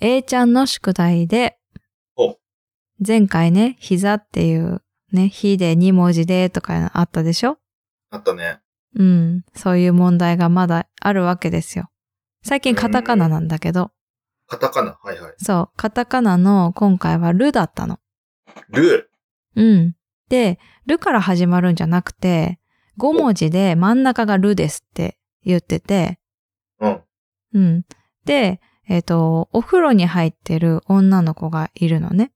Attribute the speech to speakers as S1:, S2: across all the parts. S1: A ちゃんの宿題で
S2: お、
S1: 前回ね、膝っていうね、ひで2文字でとかあったでしょ
S2: あったね。
S1: うん。そういう問題がまだあるわけですよ。最近カタカナなんだけど、
S2: カタカナ。はいはい。
S1: そう、カタカナの今回はルだったの。
S2: ル
S1: うん。で、ルから始まるんじゃなくて、5文字で真ん中がルですって言ってて、
S2: ー。う
S1: う
S2: ん。
S1: ん。で、えっ、と、お風呂に入ってる女の子がいるのね。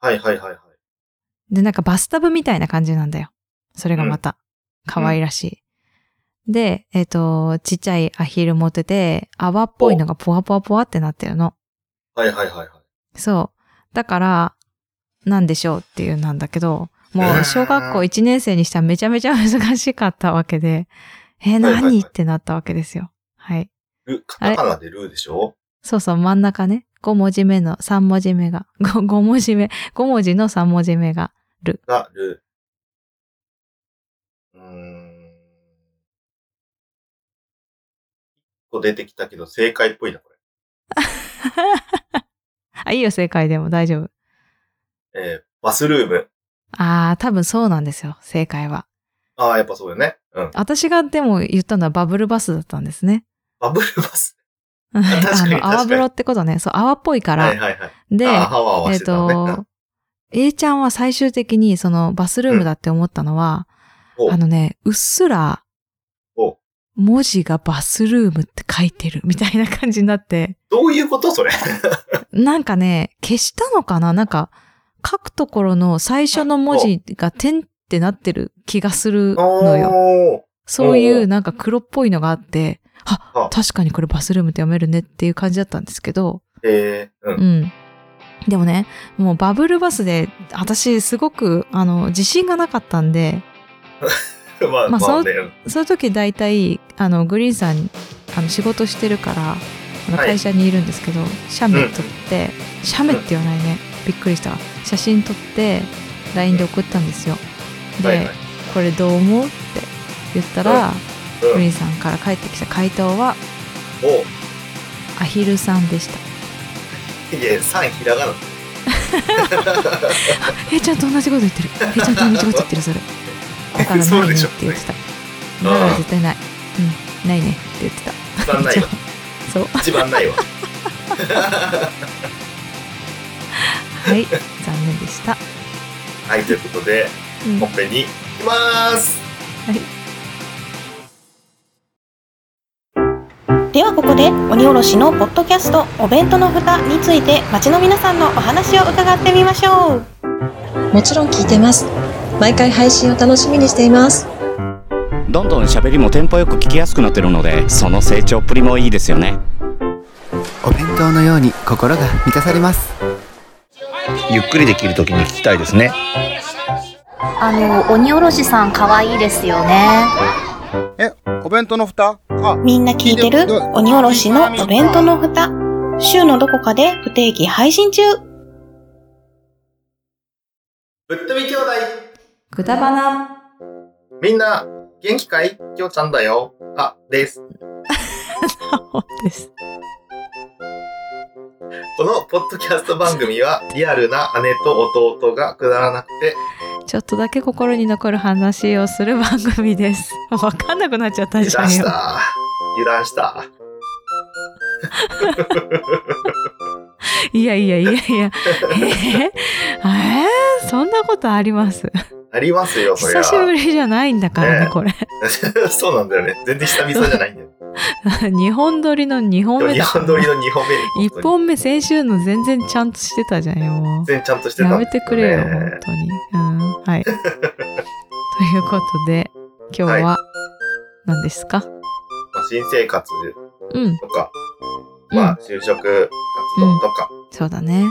S2: はいはいはいはい。
S1: で、なんかバスタブみたいな感じなんだよ。それがまた、可愛らしい。で、えっ、と、ちっちゃいアヒル持ってて、泡っぽいのがポワポワポワってなってるの。
S2: はいはいはいはい。
S1: そう。だから、なんでしょうっていうなんだけど、も
S2: うん
S1: う小学校1年生にしたらめちゃめちゃ難しかったわけで、えー、
S2: はいはいはい
S1: 何ってなったわけですよ。はい。
S2: ル、カタカナでルーでしょ
S1: そうそう、真ん中ね。5文字目の、3文字目が、5, 文字目、5文字の3文字目が。
S2: が、ル。うーん。一個出てきたけど、正解っぽいな、こ
S1: あ、いいよ、正解でも大丈夫。
S2: れ。えー、バスルーム。
S1: あー、多分そうなんですよ、正解は。
S2: ああ、やっぱそうよね。うん。
S1: 私がでも言ったのはバブルバスだったんですね。
S2: バブルバス。
S1: あ
S2: 確かに確かに
S1: の、泡風呂ってことね。そう、泡っぽいから。
S2: はいはいはい。
S1: で、
S2: ああ、ハワハワ
S1: え
S2: し
S1: って
S2: たのね。うん
S1: と、A ちゃんは最終的にそのバスルームだって思ったのは、
S2: お
S1: あのね、うっすら
S2: お
S1: 文字がバスルームって書いてるみたいな感じになって、
S2: どういうことそれ。
S1: なんかね、消したのかななんか、書くところの最初の文字が点ってなってる気がするのよ。
S2: おー
S1: そうい
S2: お
S1: うなんか黒っぽいのがあって、あ
S2: あ、
S1: 確かにこれバスルームって読めるねっていう感じだったんですけど、
S2: えー、うん。
S1: うん。でもね、もうバブルバスで、私すごく、あの、自信がなかったんで、
S2: まあ、
S1: まあ
S2: ま
S1: そ
S2: あ
S1: う
S2: ね。うん
S1: そういう時大体、あの、グリーンさん、あの、仕事してるから、あの
S2: はい
S1: 会社にいるんですけど、写メ撮って、写メって言わないね。びっくりしたわ。写真撮って、LINE で送ったんですよ。で、
S2: はいはい。
S1: これどう思うって言ったら、グ
S2: う
S1: リー
S2: ん。
S1: ンさんから返ってきた回答は、
S2: お
S1: アヒルさんでした。
S2: いや、3ひらがな。
S1: えちゃんと同じこと言ってるえちゃんと同じこと言ってるそれだからな
S2: そ
S1: いうね
S2: で
S1: っ
S2: しょ
S1: て言ってただから絶対ないうんないねって言ってた
S2: 一 番ないわ。
S1: そう
S2: 一番ないわ。
S1: はい残念でした
S2: はい、ということで、
S1: うん
S2: 本編に行きます。
S3: ではここで鬼おろしのポッドキャストお弁当の蓋について町の皆さんのお話を伺ってみましょう
S4: もちろん聞いてます。毎回配信を楽しみにしています。
S5: どんどん喋りもテンポよく聞きやすくなってるのでその成長っぷりもいいですよね
S6: お弁当のように心が満たされます
S7: ゆっくりできるときに聞きたいですね
S8: あの鬼おろしさん可愛いですよね。
S9: え、お弁当の蓋あ、
S3: みんな聞いてる鬼おろしのお弁当の蓋週のどこかで不定期配信中
S2: ぶっ飛び兄弟、
S1: くだばな
S2: みんな、元気かいきょうちゃんだよ。あ、です。
S1: です
S2: このポッドキャスト番組は、リアルな姉と弟がくだらなくて、
S1: ちょっとだけ心に残る話をする番組です もう分かんなくなっちゃった
S2: 油
S1: じゃ
S2: 断
S1: ん
S2: し
S1: よ
S2: た。油断した。
S1: いやいやい やいやえー、えー、そんなことあります
S2: ありますよ、そりゃ。
S1: 久しぶりじゃないんだからね
S2: ね
S1: これ
S2: そうなんだよね。全然久々じゃないんだよ。
S1: 日本撮りの2本
S2: でも
S1: 目
S2: 日
S1: だ
S2: 本撮りの2本目。
S1: 一
S2: 本当に
S1: 本目先週の全然ちゃんとしてたじゃんよもう
S2: 全然ちゃんとしてた
S1: や
S2: ん
S1: め
S2: です
S1: て
S2: よ
S1: くれよ、
S2: ね
S1: 本当に。うん。 はい。ということで、今日は、何ですか、
S2: まあ新生活
S1: うん。
S2: とか、
S1: うん
S2: まあ、就職活動とか、
S1: そうだね。
S2: うん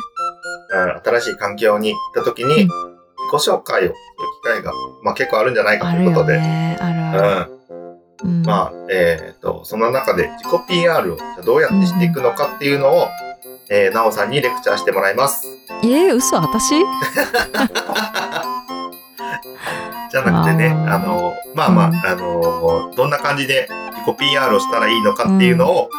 S2: 新しい環境に行った時に、
S1: うん
S2: 自己紹介をする機会が、まあ、結構あるんじゃないか
S1: あ
S2: と
S1: る
S2: いうこ
S1: よ
S2: とで、
S1: ね。ある
S2: う
S1: ある。
S2: ん、
S1: うん。
S2: まあ、えっ、と、その中で自己 PR をじゃあどうやってしていくのかっていうのを、えー、なおさんにレクチャーしてもらいます。
S1: いえ、嘘、 私
S2: じゃなくてね、
S1: あー
S2: あの、まあまあ、
S1: うん
S2: あの、どんな感じで自己 PR をしたらいいのかっていうのを、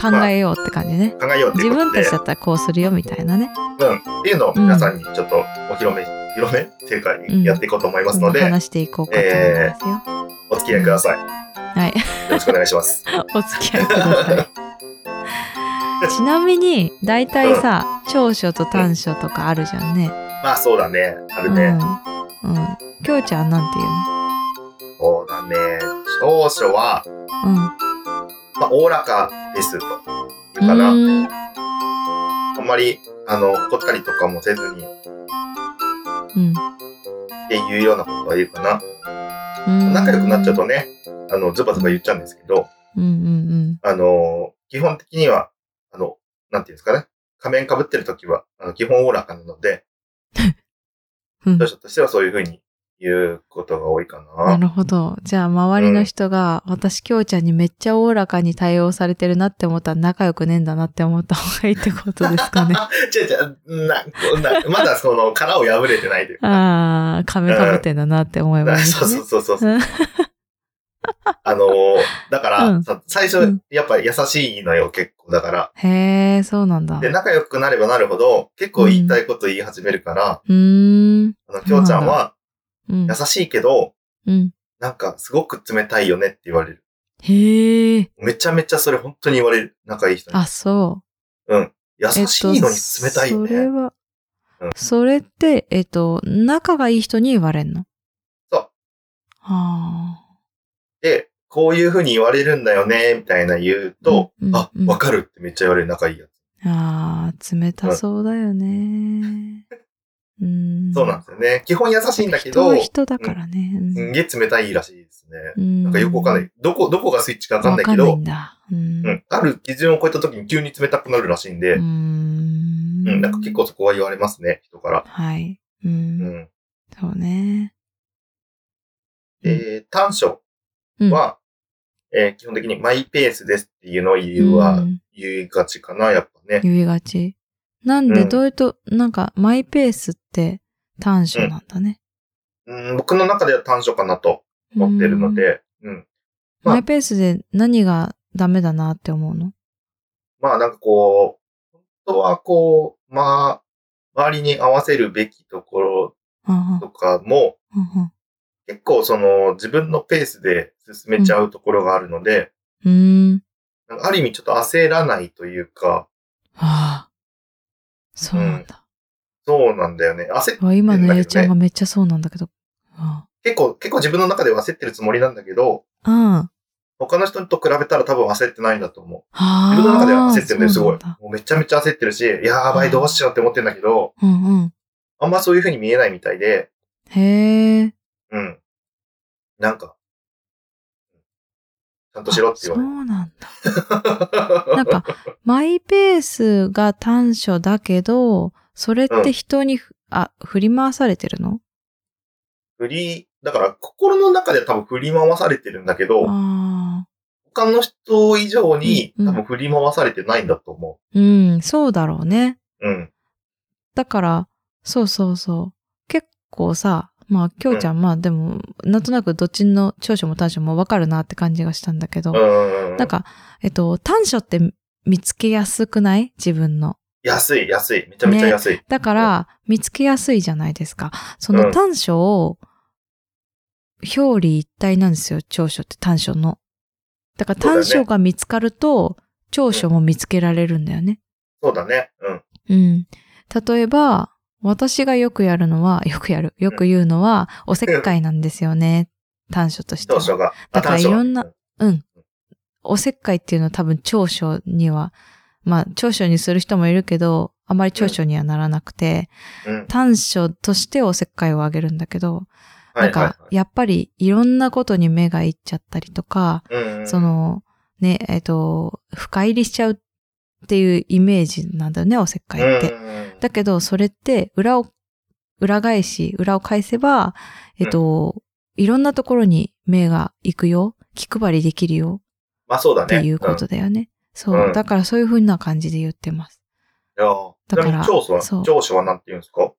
S1: 考えようって感じね。
S2: 考えようってい
S1: 自
S2: うこと
S1: 分
S2: で。
S1: たちだったらこうするよみたいなね。
S2: うん。っていうのを皆さんにちょっとお披露目、お披露目っていうか、
S1: ん
S2: やっていこうと思いますので、
S1: 話していこうかと思いますよ。
S2: お付き合いください。よ
S1: はい。
S2: ろしくお願いします。
S1: お付き合いください。ちなみに、大体さ、長所と短所とかあるじゃんね。
S2: まあそうだね。あ
S1: う
S2: る
S1: ん。
S2: ね。
S1: うん。きょうちゃんなんていう
S2: そうだね。長所は、
S1: の
S2: まあ、おおらかですと。いう
S1: うん。
S2: かな。
S1: う
S2: あ
S1: ーん
S2: んまり、あの、怒ったりとかもせずに、っ
S1: うん。
S2: ていうようなことは言うかな。
S1: うん
S2: 仲良くなっちゃうとね、あの、ズバズバ言っちゃうんですけど、
S1: うんうん
S2: あの、基本的には、あの、なんていうんですかね。仮面被ってる時は、あの、基本おおらかなので、
S1: うん。うん
S2: 長所としてはそういうふうに言うことが多いか
S1: な
S2: な。
S1: るほど。じゃあ、周りの人が、私、きょうちゃんにめっちゃおおらかに対応されてるなって思ったら、仲良くねえんだなって思った方がいいってことですか ね。
S2: 違う違う、な、こんなまだその殻を破れてないというか。
S1: ああ、亀かぶってんだなって思います、ね。
S2: そうそうそうそうそう
S1: うん。
S2: あのーだから、
S1: うん
S2: さ最
S1: う
S2: 初
S1: ん、
S2: やっぱ優しいのよ、結構。だか
S1: へえ、そうなんだ。
S2: ら。で、仲良くなればなるほど、結構言いたいこと言い始めるから、
S1: うーん。
S2: あの、きょうちゃんは
S1: うん
S2: 優。しいけど、
S1: うん。
S2: なんかすごく冷たいよねって言われる。
S1: へえ。
S2: めちゃめちゃそれ本当に言われる。仲いい人に。
S1: あ、そう。
S2: 優しいのに冷たいよ
S1: それ
S2: ね。
S1: は、
S2: うん
S1: それって、えっと、仲がいい人に言われんの
S2: そう。
S1: はあ。
S2: で、こういうふうに言われるんだよね、みたいな言うと、
S1: うんうん
S2: あ
S1: う、ん
S2: わかるってめっちゃ言われる仲いいやつ。
S1: ああ、冷たそうだよね。うん。
S2: そうなんですよね。基本優しいんだけ
S1: 人
S2: ど、
S1: は
S2: す
S1: 人だからね。うん
S2: んげえ冷たいらしいですね。
S1: うん。
S2: なんかよくわかんない。どこ、どこがスイッチかわかんないけ
S1: わか
S2: ど
S1: ん、だ。う。
S2: うんん。ある基準を超えた時に急に冷たくなるらしいんで、
S1: う
S2: うん、
S1: ん
S2: なんか結。構そこは言われますね、人から。
S1: はい。う。
S2: うんん。
S1: そうね。
S2: で、短所
S1: うん
S2: は、えー基本的にマイペースですっていうのを言うは、
S1: うん
S2: 言いがちかな、やっぱね。
S1: 言いがち。なんで、
S2: うん
S1: どういうと、なんか、マイペースって短所なんだね。
S2: うん、僕の中では短所かなと思ってるの
S1: うん。
S2: で、うん。まあ
S1: マイペースで何がダメだなって思うの
S2: まあなんかこう、本当はこう、まあ、周りに合わせるべきところ
S1: あ
S2: とかも、
S1: あ、ああ
S2: 結構その自分のペースで進めちゃうところがあるので、
S1: うーん。
S2: なんかある意味ちょっと焦らないというか、
S1: はあ。そうなんだ。
S2: そうなんだよね。焦っ
S1: わ今のゆうちゃんがめっちゃそうなんだけど。あ
S2: 結構、結構自分の中では焦ってるつもりなんだけど、
S1: あ。うん。
S2: 他の人と比べたら多分焦ってないんだと思う。
S1: はあ。
S2: 自分の中では焦ってるね、す
S1: そう
S2: ご
S1: ないんだ。
S2: もうめちゃめちゃ焦ってるし、やばい、どうしようって思ってんだけど、
S1: うんうん。
S2: あんまそういう風に見えないみたいで、
S1: へえ。
S2: うん。なんか、ちゃんとしろって言われる。
S1: そうなんだ。 なんか、マイペースが短所だけど、それって人にふ、あ、振り回されてるの
S2: 振り、だから心の中で多分振り回されてるんだけど、
S1: ああ。
S2: 他の人以上に
S1: うん
S2: 多分振り回されてないんだと思
S1: うん、そうだろうね。
S2: う。うん。
S1: だから、そうそうそう。結構さ、まあ、きょうちゃん、まあでも、なんとなくどっちの長所も短所もわかるなって感じがしたんだけど、
S2: うん。
S1: なんか、えっと、短所って見つけやすくない自分の。
S2: 安い、安い。めちゃめちゃ安い。
S1: だから、見つけやすいじゃないですか。そうの
S2: ん
S1: 短所を、表裏一体なんですよ、長所って短所の。だから
S2: そうだよ
S1: 短
S2: ね
S1: 所が見つかると、長所も見つけられるんだよね。
S2: そうだね。う
S1: う
S2: ん。
S1: ん。例えば、私がよくやるのは、 よくやる、よく言うのは、おせっかいなんですよね。短所として
S2: 長
S1: は。
S2: 所が。
S1: だから
S2: あ短所
S1: いろんなうん。おせっかいっていうのは多分長所には、まあ長所にする人もいるけど、あまり長所にはならなくて、
S2: うん。
S1: 短所としておせっかいをあげるんだけど、
S2: は
S1: ないんか
S2: はい
S1: やっぱりいろんなことに目がいっちゃったりとか、
S2: はいうんうん
S1: そ、の、ね、えっと、深入りしちゃうっていうイメージなんだよね、おせっかいって。
S2: うん
S1: だけど、それって、裏を、裏返し、裏を返せば、えっと、いろんなところに目が行くよ。気配りできるよ。
S2: まあそうだ
S1: っ
S2: ね。
S1: ていうことだよね。そうう。
S2: ん
S1: だからそういう風な感じで言ってます。
S2: うん。いや
S1: だから
S2: ちなみに長所は、
S1: そう
S2: 長所は何て言うんですか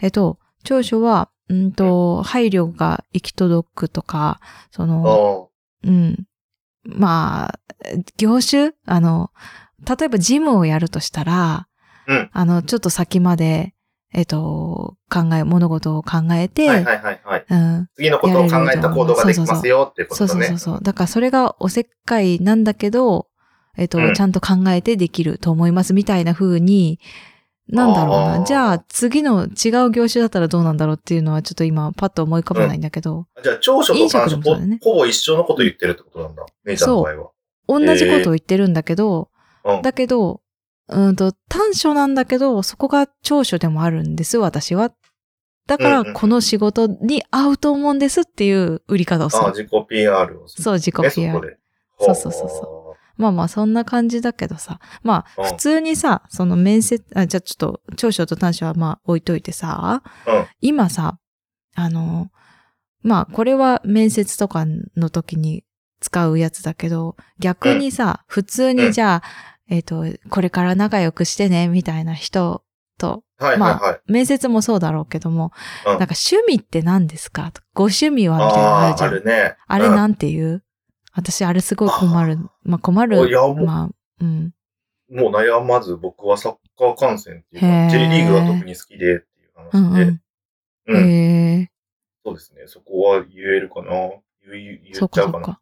S1: えっと、長所は、うんと、配慮が行き届くとか、そ
S2: あ
S1: の、
S2: あ。
S1: うん。まあ、業種あの、例えばジムをやるとしたら、
S2: うん
S1: あの、ちょっと先まで、えっと、考え、物事を考えて、
S2: はいはいはいはい。
S1: うん、
S2: 次のことを考えた行動ができますよっていうこ
S1: そ
S2: と
S1: うそう
S2: だ
S1: そ
S2: ね
S1: う。そう。だからそれがおせっかいなんだけど、えっと、
S2: うん
S1: ちゃんと考えてできると思いますみたいな風に、なんだろう
S2: あー
S1: な。じゃあ次の違う業種だったらどうなんだろうっていうのはちょっと今パッと思い浮かばないんだけど、
S2: じゃあ、長所と短
S1: 飲食
S2: 所
S1: もそうだね
S2: ほぼ一緒のこと言ってるってことなんだ。メイちゃんの場合
S1: 同じことを言ってるんだけど、
S2: は。うん。
S1: だけど、うんと短所なんだけど、そこが長所でもあるんです、私は。だか
S2: うんう
S1: ら
S2: ん
S1: この仕事に合うと思うんですっていう売り方をす
S2: ああ、
S1: る。
S2: 自己 PR をする。
S1: そう、自己
S2: ね
S1: PR
S2: そこ。で。
S1: そうそうそうそまあまあそんな感じだけどさ。まあ
S2: うん
S1: 普通にさ、その面接、あじゃあちょっと長所と短所はまあ置いといてさ、
S2: うん
S1: 今さ、あの、まあこれは面接とかの時に使うやつだけど、逆にさ、普通にじゃあ、えっ、と、これから仲良くしてね、みたいな人と、
S2: う。はいはいはい。
S1: 面接もそうだろうけども、
S2: うん
S1: なんか趣味って何ですかとかご趣味はみたいなのあ
S2: あ
S1: るじ
S2: あ、
S1: ゃ
S2: あ
S1: ん。
S2: るね。
S1: あれ
S2: うん
S1: なんていう私、あれすごい困る。まあ、困
S2: おい
S1: る。
S2: やもう
S1: まあ、うん。
S2: もう悩まず僕はサッカー観戦っていう
S1: へー
S2: か、J リーグが特に好きでっていう
S1: う
S2: 話
S1: ん
S2: で、
S1: うん。
S2: うん
S1: へ
S2: そうですね。そこは言えるかな言い
S1: え、
S2: 言
S1: そ
S2: っ
S1: う
S2: ち
S1: か
S2: ゃ
S1: そうう
S2: かな。
S1: か。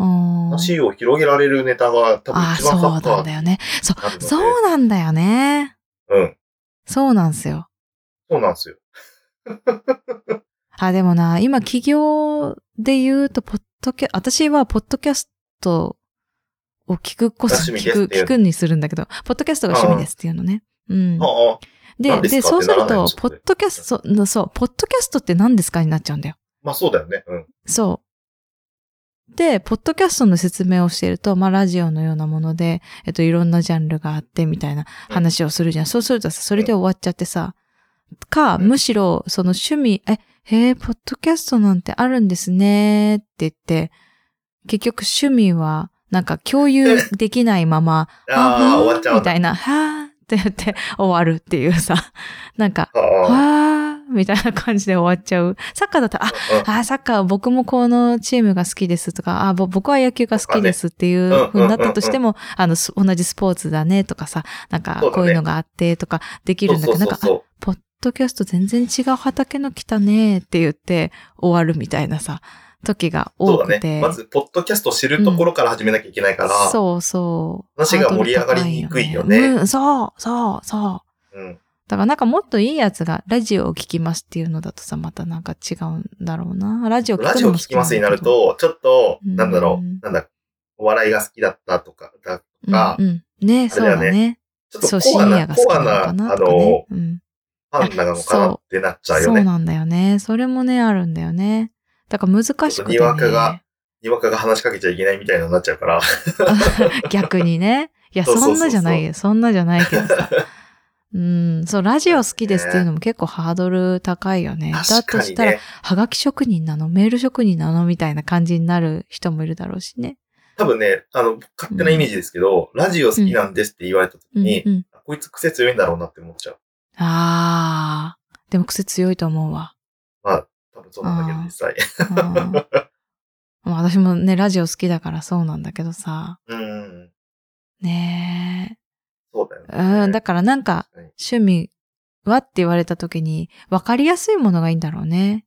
S1: あー
S2: 話を広げられるネタが多分
S1: あー、
S2: 一番サ
S1: そう
S2: ッカ
S1: な
S2: ー
S1: んだ
S2: に
S1: よね。そ
S2: なるの
S1: う、
S2: で
S1: そうなんだよね。
S2: うん。
S1: そうなんすよ。
S2: そうなんですよ。
S1: あ、でもな、今企業で言うと、ポッドキャ、私はポッドキャストを聞くこそ、
S2: が趣味
S1: 聞
S2: ですっ
S1: く、
S2: ていう
S1: 聞くにするんだけど、ポッドキャストが趣味ですっていうのね。うん。
S2: ああ、
S1: で、
S2: 何です
S1: で、
S2: か
S1: そうする
S2: ってならない
S1: と
S2: の、そ
S1: ポ
S2: こで
S1: ッドキャスト、そう、ポッドキャストって何ですかになっちゃうんだよ。
S2: まあそうだよね。うん。
S1: そう。で、ポッドキャストの説明をしていると、まあ、ラジオのようなもので、えっと、いろんなジャンルがあって、みたいな話をするじゃん。そうするとさ、それで終わっちゃってさ、か、むしろ、その趣味、え、へえ、ポッドキャストなんてあるんですね、って言って、結局趣味は、なんか共有できないまま、
S2: ああ、
S1: ふーん
S2: 終わっちゃう
S1: みたいな、はーって言って終わるっていうさ、なんか、
S2: ああ
S1: はーみたいな感じで終わっちゃう。サッカーだったら、あ、
S2: うん
S1: あー、サッカー、僕もこのチームが好きですとか、あー、ぼ僕は野球が好きですっていう
S2: そうだね
S1: 風になったとしても、あの、す同じスポーツだねとかさ、なんか
S2: そうだね
S1: こういうのがあってとかできるんだけど、
S2: そ
S1: な
S2: うんそう
S1: か、
S2: そ
S1: あ
S2: う
S1: ポッドキャスト全然違う畑の来たねって言って終わるみたいなさ、時が
S2: そう
S1: 多
S2: そうだ
S1: く
S2: ね。
S1: て。
S2: まず、ポッドキャストを知るところから始めなきゃいけないから、
S1: そうそう。
S2: 話が盛り上がりにくいよね
S1: ハードル高いようん、そう、そう、そう。
S2: うん。
S1: だからなんかもっといいやつが、ラジオを聞きますっていうのだとさ、またなんか違うんだろうな。ラジオ聞くのも
S2: ラジオ聞きますになる
S1: 好
S2: と、ちょっと、
S1: うん
S2: なんだろう、なんだ、お笑いが好きだったとか、だ
S1: きなんだ
S2: が
S1: けど、うんうん、ねそうだ
S2: あれだ
S1: ね。
S2: ちょっ
S1: そう、
S2: と
S1: 深
S2: コア
S1: 夜
S2: な、
S1: が好き
S2: コア
S1: なの
S2: な、
S1: か
S2: あ
S1: なとかね
S2: の、。
S1: うん
S2: ファンなのかなってなっちゃう
S1: そ
S2: よ
S1: う
S2: ね。
S1: なんだよね。それもね、あるんだよね。だから難しくて、ね。
S2: にわかがにわかが話しかけちゃいけないみたいなのになっちゃうから。
S1: 逆にね。いや、
S2: そうそうそう
S1: そ
S2: そう
S1: な
S2: ん
S1: じゃないよ。そんなじゃないけど さ。うん、そう、ラジオ好きですっていうのも結構ハードル高いよね。だ
S2: 確
S1: と
S2: か
S1: し
S2: に
S1: たら、
S2: ね。
S1: はがき職人なのメール職人なのみたいな感じになる人もいるだろうしね。
S2: 多分ね、あの、勝手なイメージですけど、ラジオ好きなんですって言われた時
S1: うん
S2: に、
S1: うん。
S2: こいつ癖強いんだろうなって思っちゃう。
S1: ああ。でも癖強いと思うわ。
S2: まあ、多分そうなんだけ
S1: あ
S2: ど、
S1: ー
S2: 実際。
S1: うんまあ私もね、ラジオ好きだからそうなんだけどさ。
S2: うん。
S1: ね
S2: そうだよ
S1: え。うん、だ
S2: ね。
S1: からなんか、
S2: うん
S1: 趣味はって言われた時に、わかりやすいものがいいんだろうね。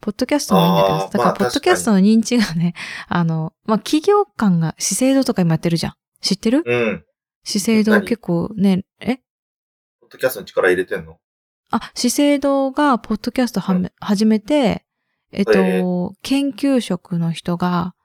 S1: ポッドキャストもいいんだけど
S2: あ
S1: さ
S2: ー
S1: だか
S2: ま
S1: ら、
S2: あ
S1: ポッドキャストの認知がね、あの、まあ、企業感が、資生堂とか今やってるじゃん。知ってる
S2: うん。
S1: 資生堂結構ね、え
S2: ポッドキャストに力入れてんの
S1: あ、資生堂がポッドキャストはめ
S2: う
S1: 始めて、えっと、
S2: え
S1: 研究職の人が、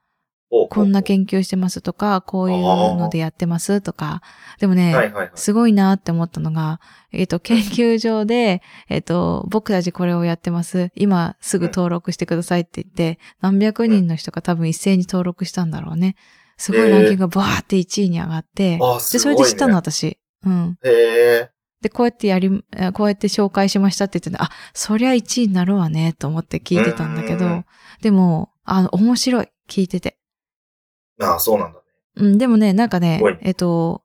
S2: お
S1: こんな
S2: け
S1: 研究してますとか、こういうのでやってますとか、でもね、
S2: はいはいはい。
S1: すごいなって思ったのが、えっと、研究所で、えっと、僕たちこれをやってます。今すぐ登録してくださいって言って、何百人の人が多分一斉に登録したんだろうね。すごいランキングがバーって1位に上がって、
S2: あー、
S1: で、
S2: す
S1: そ
S2: ごい、
S1: れ
S2: ね。
S1: で知ったの私。うん。
S2: へえ。
S1: で、こうやってやり、えーこうやって紹介しましたって言ってたあ、そりゃ1位になるわね、と思って聞いてたんだけ
S2: うん
S1: ど、でも、あの、面白い、聞いてて。
S2: ああ、そうなんだね。
S1: うん、でもね、なんかね
S2: おい、
S1: えっと、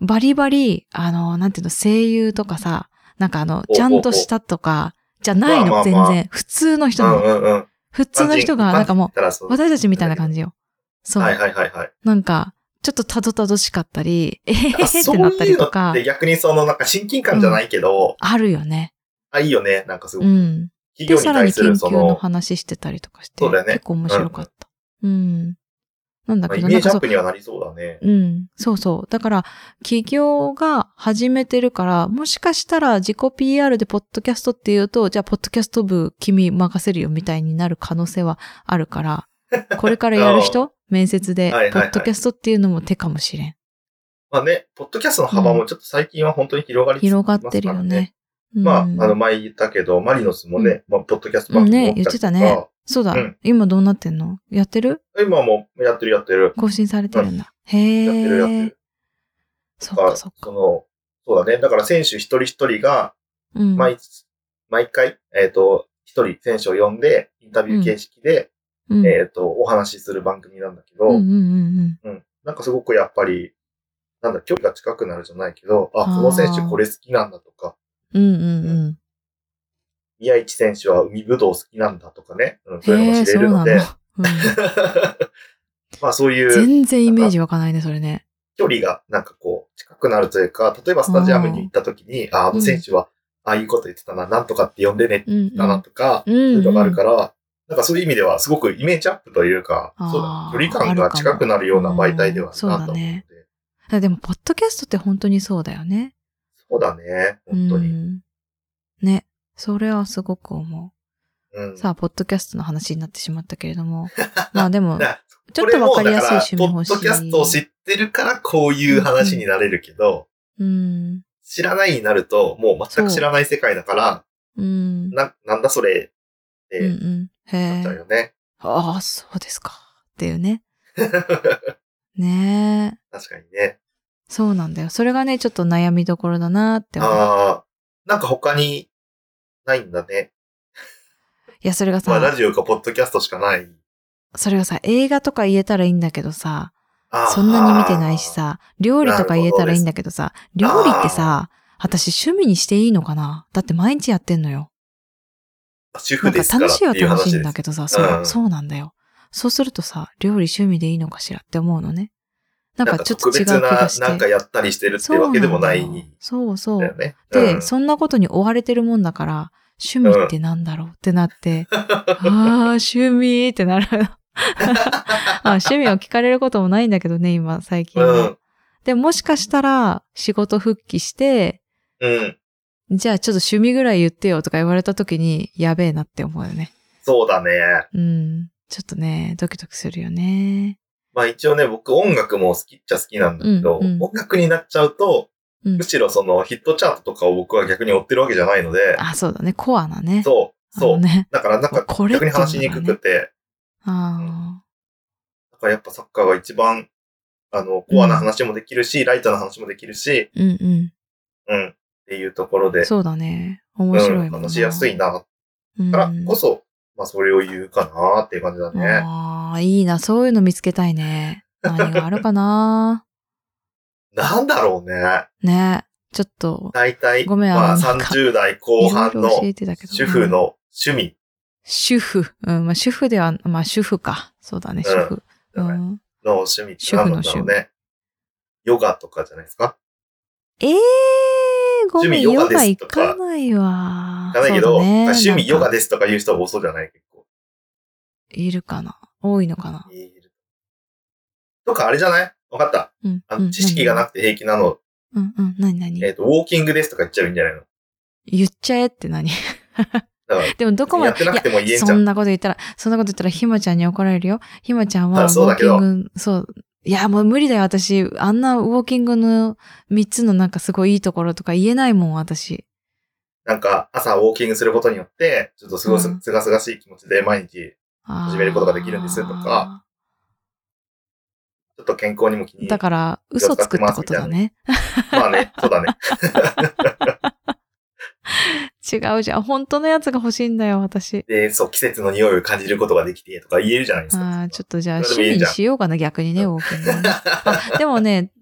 S1: バリバリ、あの、なんていうの、声優とかさ、なんかあの、
S2: お
S1: ちゃんとしたとか、じゃない
S2: ま
S1: の、
S2: あまあ
S1: 全
S2: まあ
S1: 然。普通の人
S2: う
S1: なの。
S2: んうんうん。
S1: 普通の人が、なんかもう、
S2: う、
S1: 私たちみたいな感
S2: じ。
S1: じよ。そう。
S2: はいはいはいはい。
S1: なんか、ちょっとたどたどしかったり、えへへ
S2: なんか
S1: へっ
S2: そ
S1: て
S2: う
S1: なった
S2: い
S1: り
S2: うの
S1: とか
S2: っ、て逆にそのなんか親近感じゃないけど、
S1: あるよね。
S2: あ、いいよね。なんかすご
S1: う
S2: い。
S1: ん。で、
S2: 企業
S1: さ
S2: に
S1: らに
S2: 対す
S1: 研
S2: るそ
S1: 究の
S2: の、
S1: 話してたりとかして、
S2: そうだよね
S1: 結構面白かった。うん。なんだ
S2: まあ
S1: け
S2: イ
S1: ど、
S2: メ
S1: な
S2: ー
S1: ん
S2: ジ
S1: か
S2: ア
S1: そ
S2: ッ
S1: う
S2: プ、にはなりそうだね。
S1: うん、そうそう。だから、企業が始めてるから、もしかしたら自己 PR でポッドキャストっていうと、じゃあポッドキャスト部君任せるよみたいになる可能性はある から、これからやる人面接で
S2: はいはい、
S1: ポ
S2: はい
S1: ッドキャストっていうのも手かもしれん。
S2: まあね、ポッドキャストの幅もちょっと最近は本当に広がりつつありま
S1: 広
S2: すか
S1: が
S2: ら
S1: ってるよね。うん
S2: まあ、あの、前言ったけど、マリノスもね、まあ、ポッドキャスト番組
S1: ね
S2: 持りとか
S1: 言ってたね。そうだ、
S2: うん
S1: 今どうなってんのやってる
S2: 今もうやってるやってる。
S1: 更新されてるんだ。
S2: やってるやっ
S1: へえ
S2: てる。。
S1: そっ
S2: だ
S1: か
S2: ら
S1: そっか。
S2: の、そうだね。だから選手一人一人が、
S1: うん。
S2: 毎、毎回、えっ、と、一人選手を呼んで、インタビュー形式で、
S1: うん
S2: えっ、と、お話しする番組なんだけど、
S1: うう
S2: うん
S1: ん
S2: ん、
S1: うんうん。
S2: なんかすごくやっぱり、なんだ、距離が近くなるじゃないけど、あ、この選手これ好きなんだとか、
S1: うんうんうん。
S2: 宮市選手は海ぶどう好きなんだとかね、うん、そういう
S1: へ
S2: のが
S1: え、
S2: 知
S1: そ
S2: れ
S1: う
S2: る
S1: な
S2: の
S1: んだ
S2: で、
S1: うん
S2: まあそういう、
S1: 全然イメージわかないね、それね。
S2: 距離がなんかこう近くなるというか、例えばスタジアムに行った時に、ああの選手はああいうこと言ってたな、なんとかって呼んでねって
S1: うん、うん。
S2: 言ったなとか、
S1: うん。
S2: そういうのがあるからら、なんかそういう意味ではすごくイメージアップというか、
S1: あー
S2: そうだ距離感が近くなるような媒体ではあるなと思うの
S1: あ
S2: で
S1: る。でも、ポッドキャストって本当にそうだよね。
S2: そうだね、本当
S1: う
S2: に。
S1: んね。それはすごく思
S2: うん
S1: う。さあ、ポッドキャストの話になってしまったけれど も。まあでも、
S2: だ
S1: ちょっとわかりやすい趣味
S2: これも
S1: 欲
S2: だ
S1: しい。
S2: からポッドキャストを知ってるからこういう話になれるけど、
S1: うん。
S2: 知らないになるともう全く知らない世界だから、
S1: うん。
S2: な、なんだそれって
S1: うんう
S2: 言
S1: ん。へ
S2: っちゃう
S1: え。
S2: よね。
S1: ああ、そうですか。っていうね。ねえ。
S2: 確かにね。
S1: そうなんだよ。それがね、ちょっと悩みどころだなって思う。
S2: ああ、なんか他にないんだね。
S1: いや、それが
S2: まあ、ラ
S1: さ、
S2: ジオかポッドキャストしかない。
S1: それがさ、映画とか言えたらいいんだけどさ、
S2: あー
S1: そんなに見てないし。さ、料理とか言えたらいいんだけどさ、
S2: なるほ
S1: 料
S2: どです
S1: 理ってさ、私趣味にしていいのかなだって毎日やってんのよ。
S2: 主
S1: な
S2: 婦
S1: んか
S2: ですから
S1: 楽
S2: っ
S1: していは
S2: いう
S1: 楽し
S2: 話
S1: い
S2: で
S1: ん
S2: す
S1: だ。けどさ、そう、
S2: うん
S1: そうなんだよ。そうするとさ、料理趣味でいいのかしらって思うのね。なん
S2: なん
S1: か
S2: か
S1: ちょっと
S2: 特
S1: 違う
S2: 別
S1: 気が
S2: な
S1: し、て。
S2: なんかやったりしてるって
S1: そう
S2: わ
S1: なんだ
S2: け
S1: よ
S2: でもない。
S1: そうそ
S2: だよ
S1: う。
S2: ね。
S1: で、
S2: うん
S1: そんなことに追われてるもんだから、趣味ってなんだろうってなって、 ああ、趣味ってなる。 あ趣味を聞かれることもないんだけどね、今、最近
S2: う
S1: は。
S2: ん。
S1: で、もしかしたら、仕事復帰して、
S2: うん。
S1: じゃあちょっと趣味ぐらい言ってよとか言われた時に、やべえなって思うよね。
S2: そうだね。
S1: うん。ちょっとね、ドキドキするよね。
S2: まあ一応ね、僕音楽も好きっちゃ好きなんだけど、
S1: うんうん
S2: 音楽になっちゃうと、
S1: うん
S2: む。しろそのヒットチャートとかを僕は逆に追ってるわけじゃないので、
S1: あ、そうだね。コアなね。
S2: そう、
S1: あ
S2: そ
S1: の
S2: う。
S1: ね。
S2: だからなんか
S1: これって
S2: 逆
S1: いうの
S2: に
S1: がね
S2: 話しにくくて、
S1: あ
S2: だからやっぱサッカーが一番、あの、コアな話もできるし、ライトな話もできるし、
S1: あ。うんうん。
S2: うん、っていうところで、
S1: そうだね。面白い
S2: うん、
S1: もんな
S2: 話しやすい。な、
S1: うん
S2: からこそ、まあそれを言うかなっていう感じだね。
S1: ああ、いいな。そういうの見つけたい ね。何があるかな
S2: なんだろうね。
S1: ね。ちょっと、
S2: 大体、
S1: ごめん
S2: ま
S1: あ
S2: あ
S1: のなんか
S2: 30代後半
S1: いろいろ
S2: の
S1: 教えてたけど
S2: 主婦の趣味。
S1: 主婦。うん、まあ主婦では、まあ主婦か。そうだね、
S2: うん
S1: 主婦。
S2: じゃ
S1: う
S2: ない
S1: ん。
S2: の趣味って何なんだ
S1: 主婦
S2: ろ
S1: の
S2: う
S1: 趣
S2: ね。ヨガとかじゃないですか
S1: ええー、ごめん、
S2: 趣味ヨ
S1: ヨ
S2: ガで
S1: ガ
S2: す
S1: 行
S2: とか
S1: かないわ。
S2: 行かないけど、
S1: そうだね
S2: 趣味ヨガ
S1: なんか
S2: ですとか言う人が多そうじゃない結構。
S1: いるかな。多いのかな。
S2: いるとかあれじゃないわかった。
S1: うん。
S2: あの知識がな
S1: く
S2: くて平気なの、
S1: うんうん、何何
S2: えっ、と、ウォーキングですとか言っちゃうんじゃないの
S1: 言っちゃえって何
S2: だから、
S1: でもどこま
S2: やっ
S1: で、
S2: て
S1: い
S2: なく
S1: や、
S2: ても言えんじゃ
S1: そん
S2: ん。
S1: なこと言ったら、そんなこと言ったらひまちゃんに怒られるよ。ひまちゃんはウ
S2: あそう
S1: ォ
S2: だ
S1: ー
S2: け
S1: キ
S2: ど
S1: ング、そういや、もう無理だよ、私。あんなウォーキングの3つのなんかすごいいいところとか言えないもん、私。
S2: なんか、朝ウォーキングすることによって、ちょっとすごす
S1: うん、
S2: すがすがしい気持ちで毎日、
S1: 始
S2: 始めることができるんですとか。ちょっと健康にも気に
S1: だから、嘘つくってことだね。
S2: まあね、そうだね。
S1: 違うじゃん。本当のやつが欲しいんだよ、私。
S2: で、そう、季節の匂いを感じることができて、とか言えるじゃないですか。
S1: ああ、ちょっとじゃあ、
S2: それ
S1: 趣味に
S2: でもいいじゃん
S1: しようかな、逆にね、ウォーキングはね。あでもね、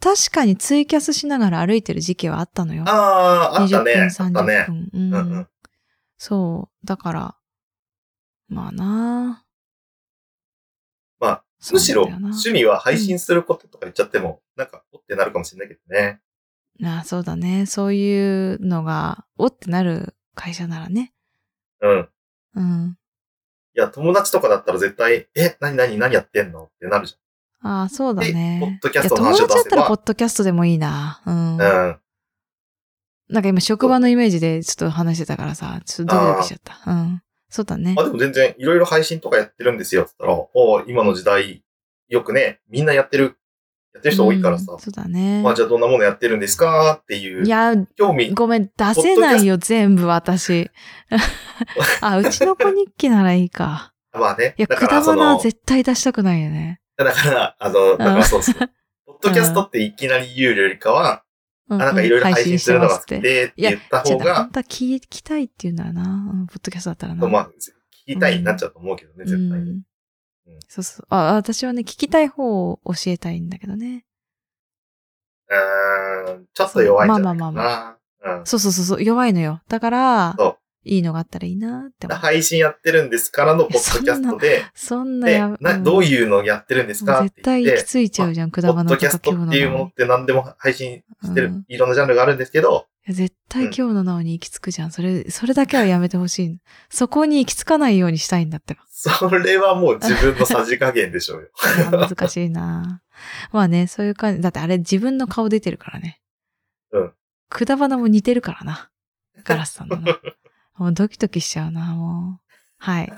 S1: 確かにツイキャスしながら歩いてる時期はあったのよ。
S2: ああ、あったね。あ
S1: 20
S2: った
S1: 分、30。
S2: ね
S1: 分。
S2: うんう
S1: うん
S2: ん。
S1: そう。だから、まあな
S2: まあ、
S1: そう
S2: む
S1: な
S2: し
S1: ん
S2: ろ
S1: だよな
S2: 趣味は配信することとか言っちゃっても、なんか、おってなるかもしれないけどね。
S1: ああそうだね。そういうのが、おってなる会社ならね。
S2: うん。
S1: うん。
S2: いや、友達とかだったら絶対、え、なになに何やってんのってなるじ
S1: ああ、そうだ
S2: で
S1: ね。
S2: ポッドキャストの話
S1: いや友
S2: を
S1: 達
S2: 出
S1: だっ
S2: せ
S1: た
S2: ば
S1: ら、ポッドキャストでもいいな。うん。
S2: ゃん。うん。
S1: なんか今、職場のイメージでちょっと話してたからさ、ちょっとドキドキしちゃった。うん。そうだね
S2: あ、。でも全然、いろいろ配信とかやってるんですよって言ったら、おう今の時代、よくね、みんなやってる、やってる人多いからさ
S1: うん、そうだね。
S2: まあじゃあどんなものやってるんですかっていう、
S1: いや、
S2: 興味、
S1: ごめん、出せないよ、全部私。 あ、うちの子日記ならいいか。
S2: まあね、
S1: いや、
S2: だ
S1: く
S2: から
S1: だ
S2: そ
S1: ばな
S2: の、
S1: 絶対出したくないよね。
S2: だから、あの、だからそう そう。ポッドキャストっていきなり言うよりかは、
S1: うんうん
S2: あなんかいろいろ配信するのが好きで
S1: 配
S2: っ
S1: 信して
S2: て言った
S1: ますって。
S2: 方
S1: 違う、
S2: が
S1: 本、当は聞き聞きたいっていうんだよな。うんポッドキャストだったらな。
S2: まあ、聞きたいになっちゃうと思うけどね、
S1: う
S2: 絶対に。
S1: ん
S2: うん
S1: そうそう。あ、私はね、聞きたい方を教えたいんだけどね。
S2: うーん、ちょっと弱いんじゃないかな。
S1: まあ
S2: うん
S1: そうそうそうそう、弱いのよ。だから
S2: そう、
S1: いいのがあったらいいなって思う。
S2: 配信やってるんですからのポッドキャストで、
S1: そんな
S2: で
S1: や、
S2: な
S1: うん
S2: どういうのやってるんですか
S1: もう
S2: って
S1: 絶
S2: 言
S1: 対
S2: っ
S1: 行き
S2: て、
S1: 着いちゃうじゃん、く
S2: ポ
S1: だば
S2: ッ
S1: な
S2: ド
S1: と
S2: キャ
S1: か
S2: ス
S1: 今日の
S2: トっ
S1: な
S2: ていうものって何でも配信してる、
S1: うん
S2: いろんなジャンルがあるんですけど、
S1: いや絶対今日のなおに行き着くじゃん。それ、それだけはやめてほしい。そこに行き着かないようにしたいんだってば。
S2: それはもう自分のさじ加減でしょうよ。
S1: いや難しいなまあね、そういう感じ。だってあれ自分の顔出てるからね。
S2: うん。
S1: くだばなも似てるからな。ガラスさんのな。 もうドキドキしちゃうな、もう。はい。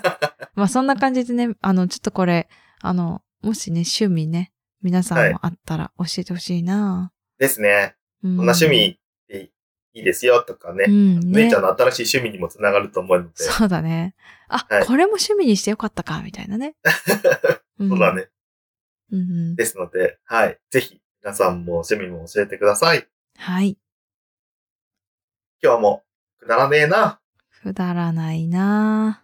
S1: まあそんな感じでね、あの、ちょっとこれ、あの、もしね、趣味ね、皆さんもあったら教えてほしいな、
S2: ですね。
S1: うん。
S2: こんな趣味っていいですよとかね。
S1: うんね
S2: 姉ちゃんの新しい趣味にもつながると思うので。
S1: そうだね。あ、
S2: はい
S1: これも趣味にしてよかったか、みたいなね。うん
S2: そうだね。
S1: うんうん。
S2: ですので、はい。ぜひ、皆さんも趣味も教えてください。
S1: はい。
S2: 今日も、くだらねえな。
S1: くだらないな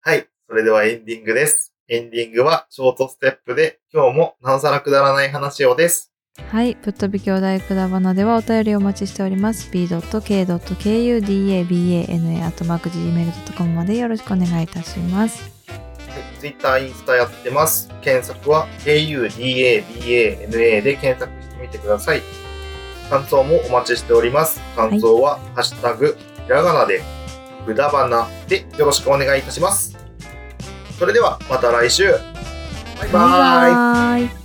S2: はい。それではエンディングです。エンディングは、ショートステップで、今日も、なおさらくだらない話をです。
S1: はい。ぶっ飛び兄弟くだばなではお便りをお待ちしております。b.k.kudabana.gmail.com までよろしくお願いいたします。
S2: ツイッター、インスタやってます。検索は KUDABANA で検索してみてください。感想もお待ちしております。感想は、ハッシュタグ、ひらがなで、くだばなでよろしくお願いいたします。それでは、また来週。バイバイ。
S1: バイバーイ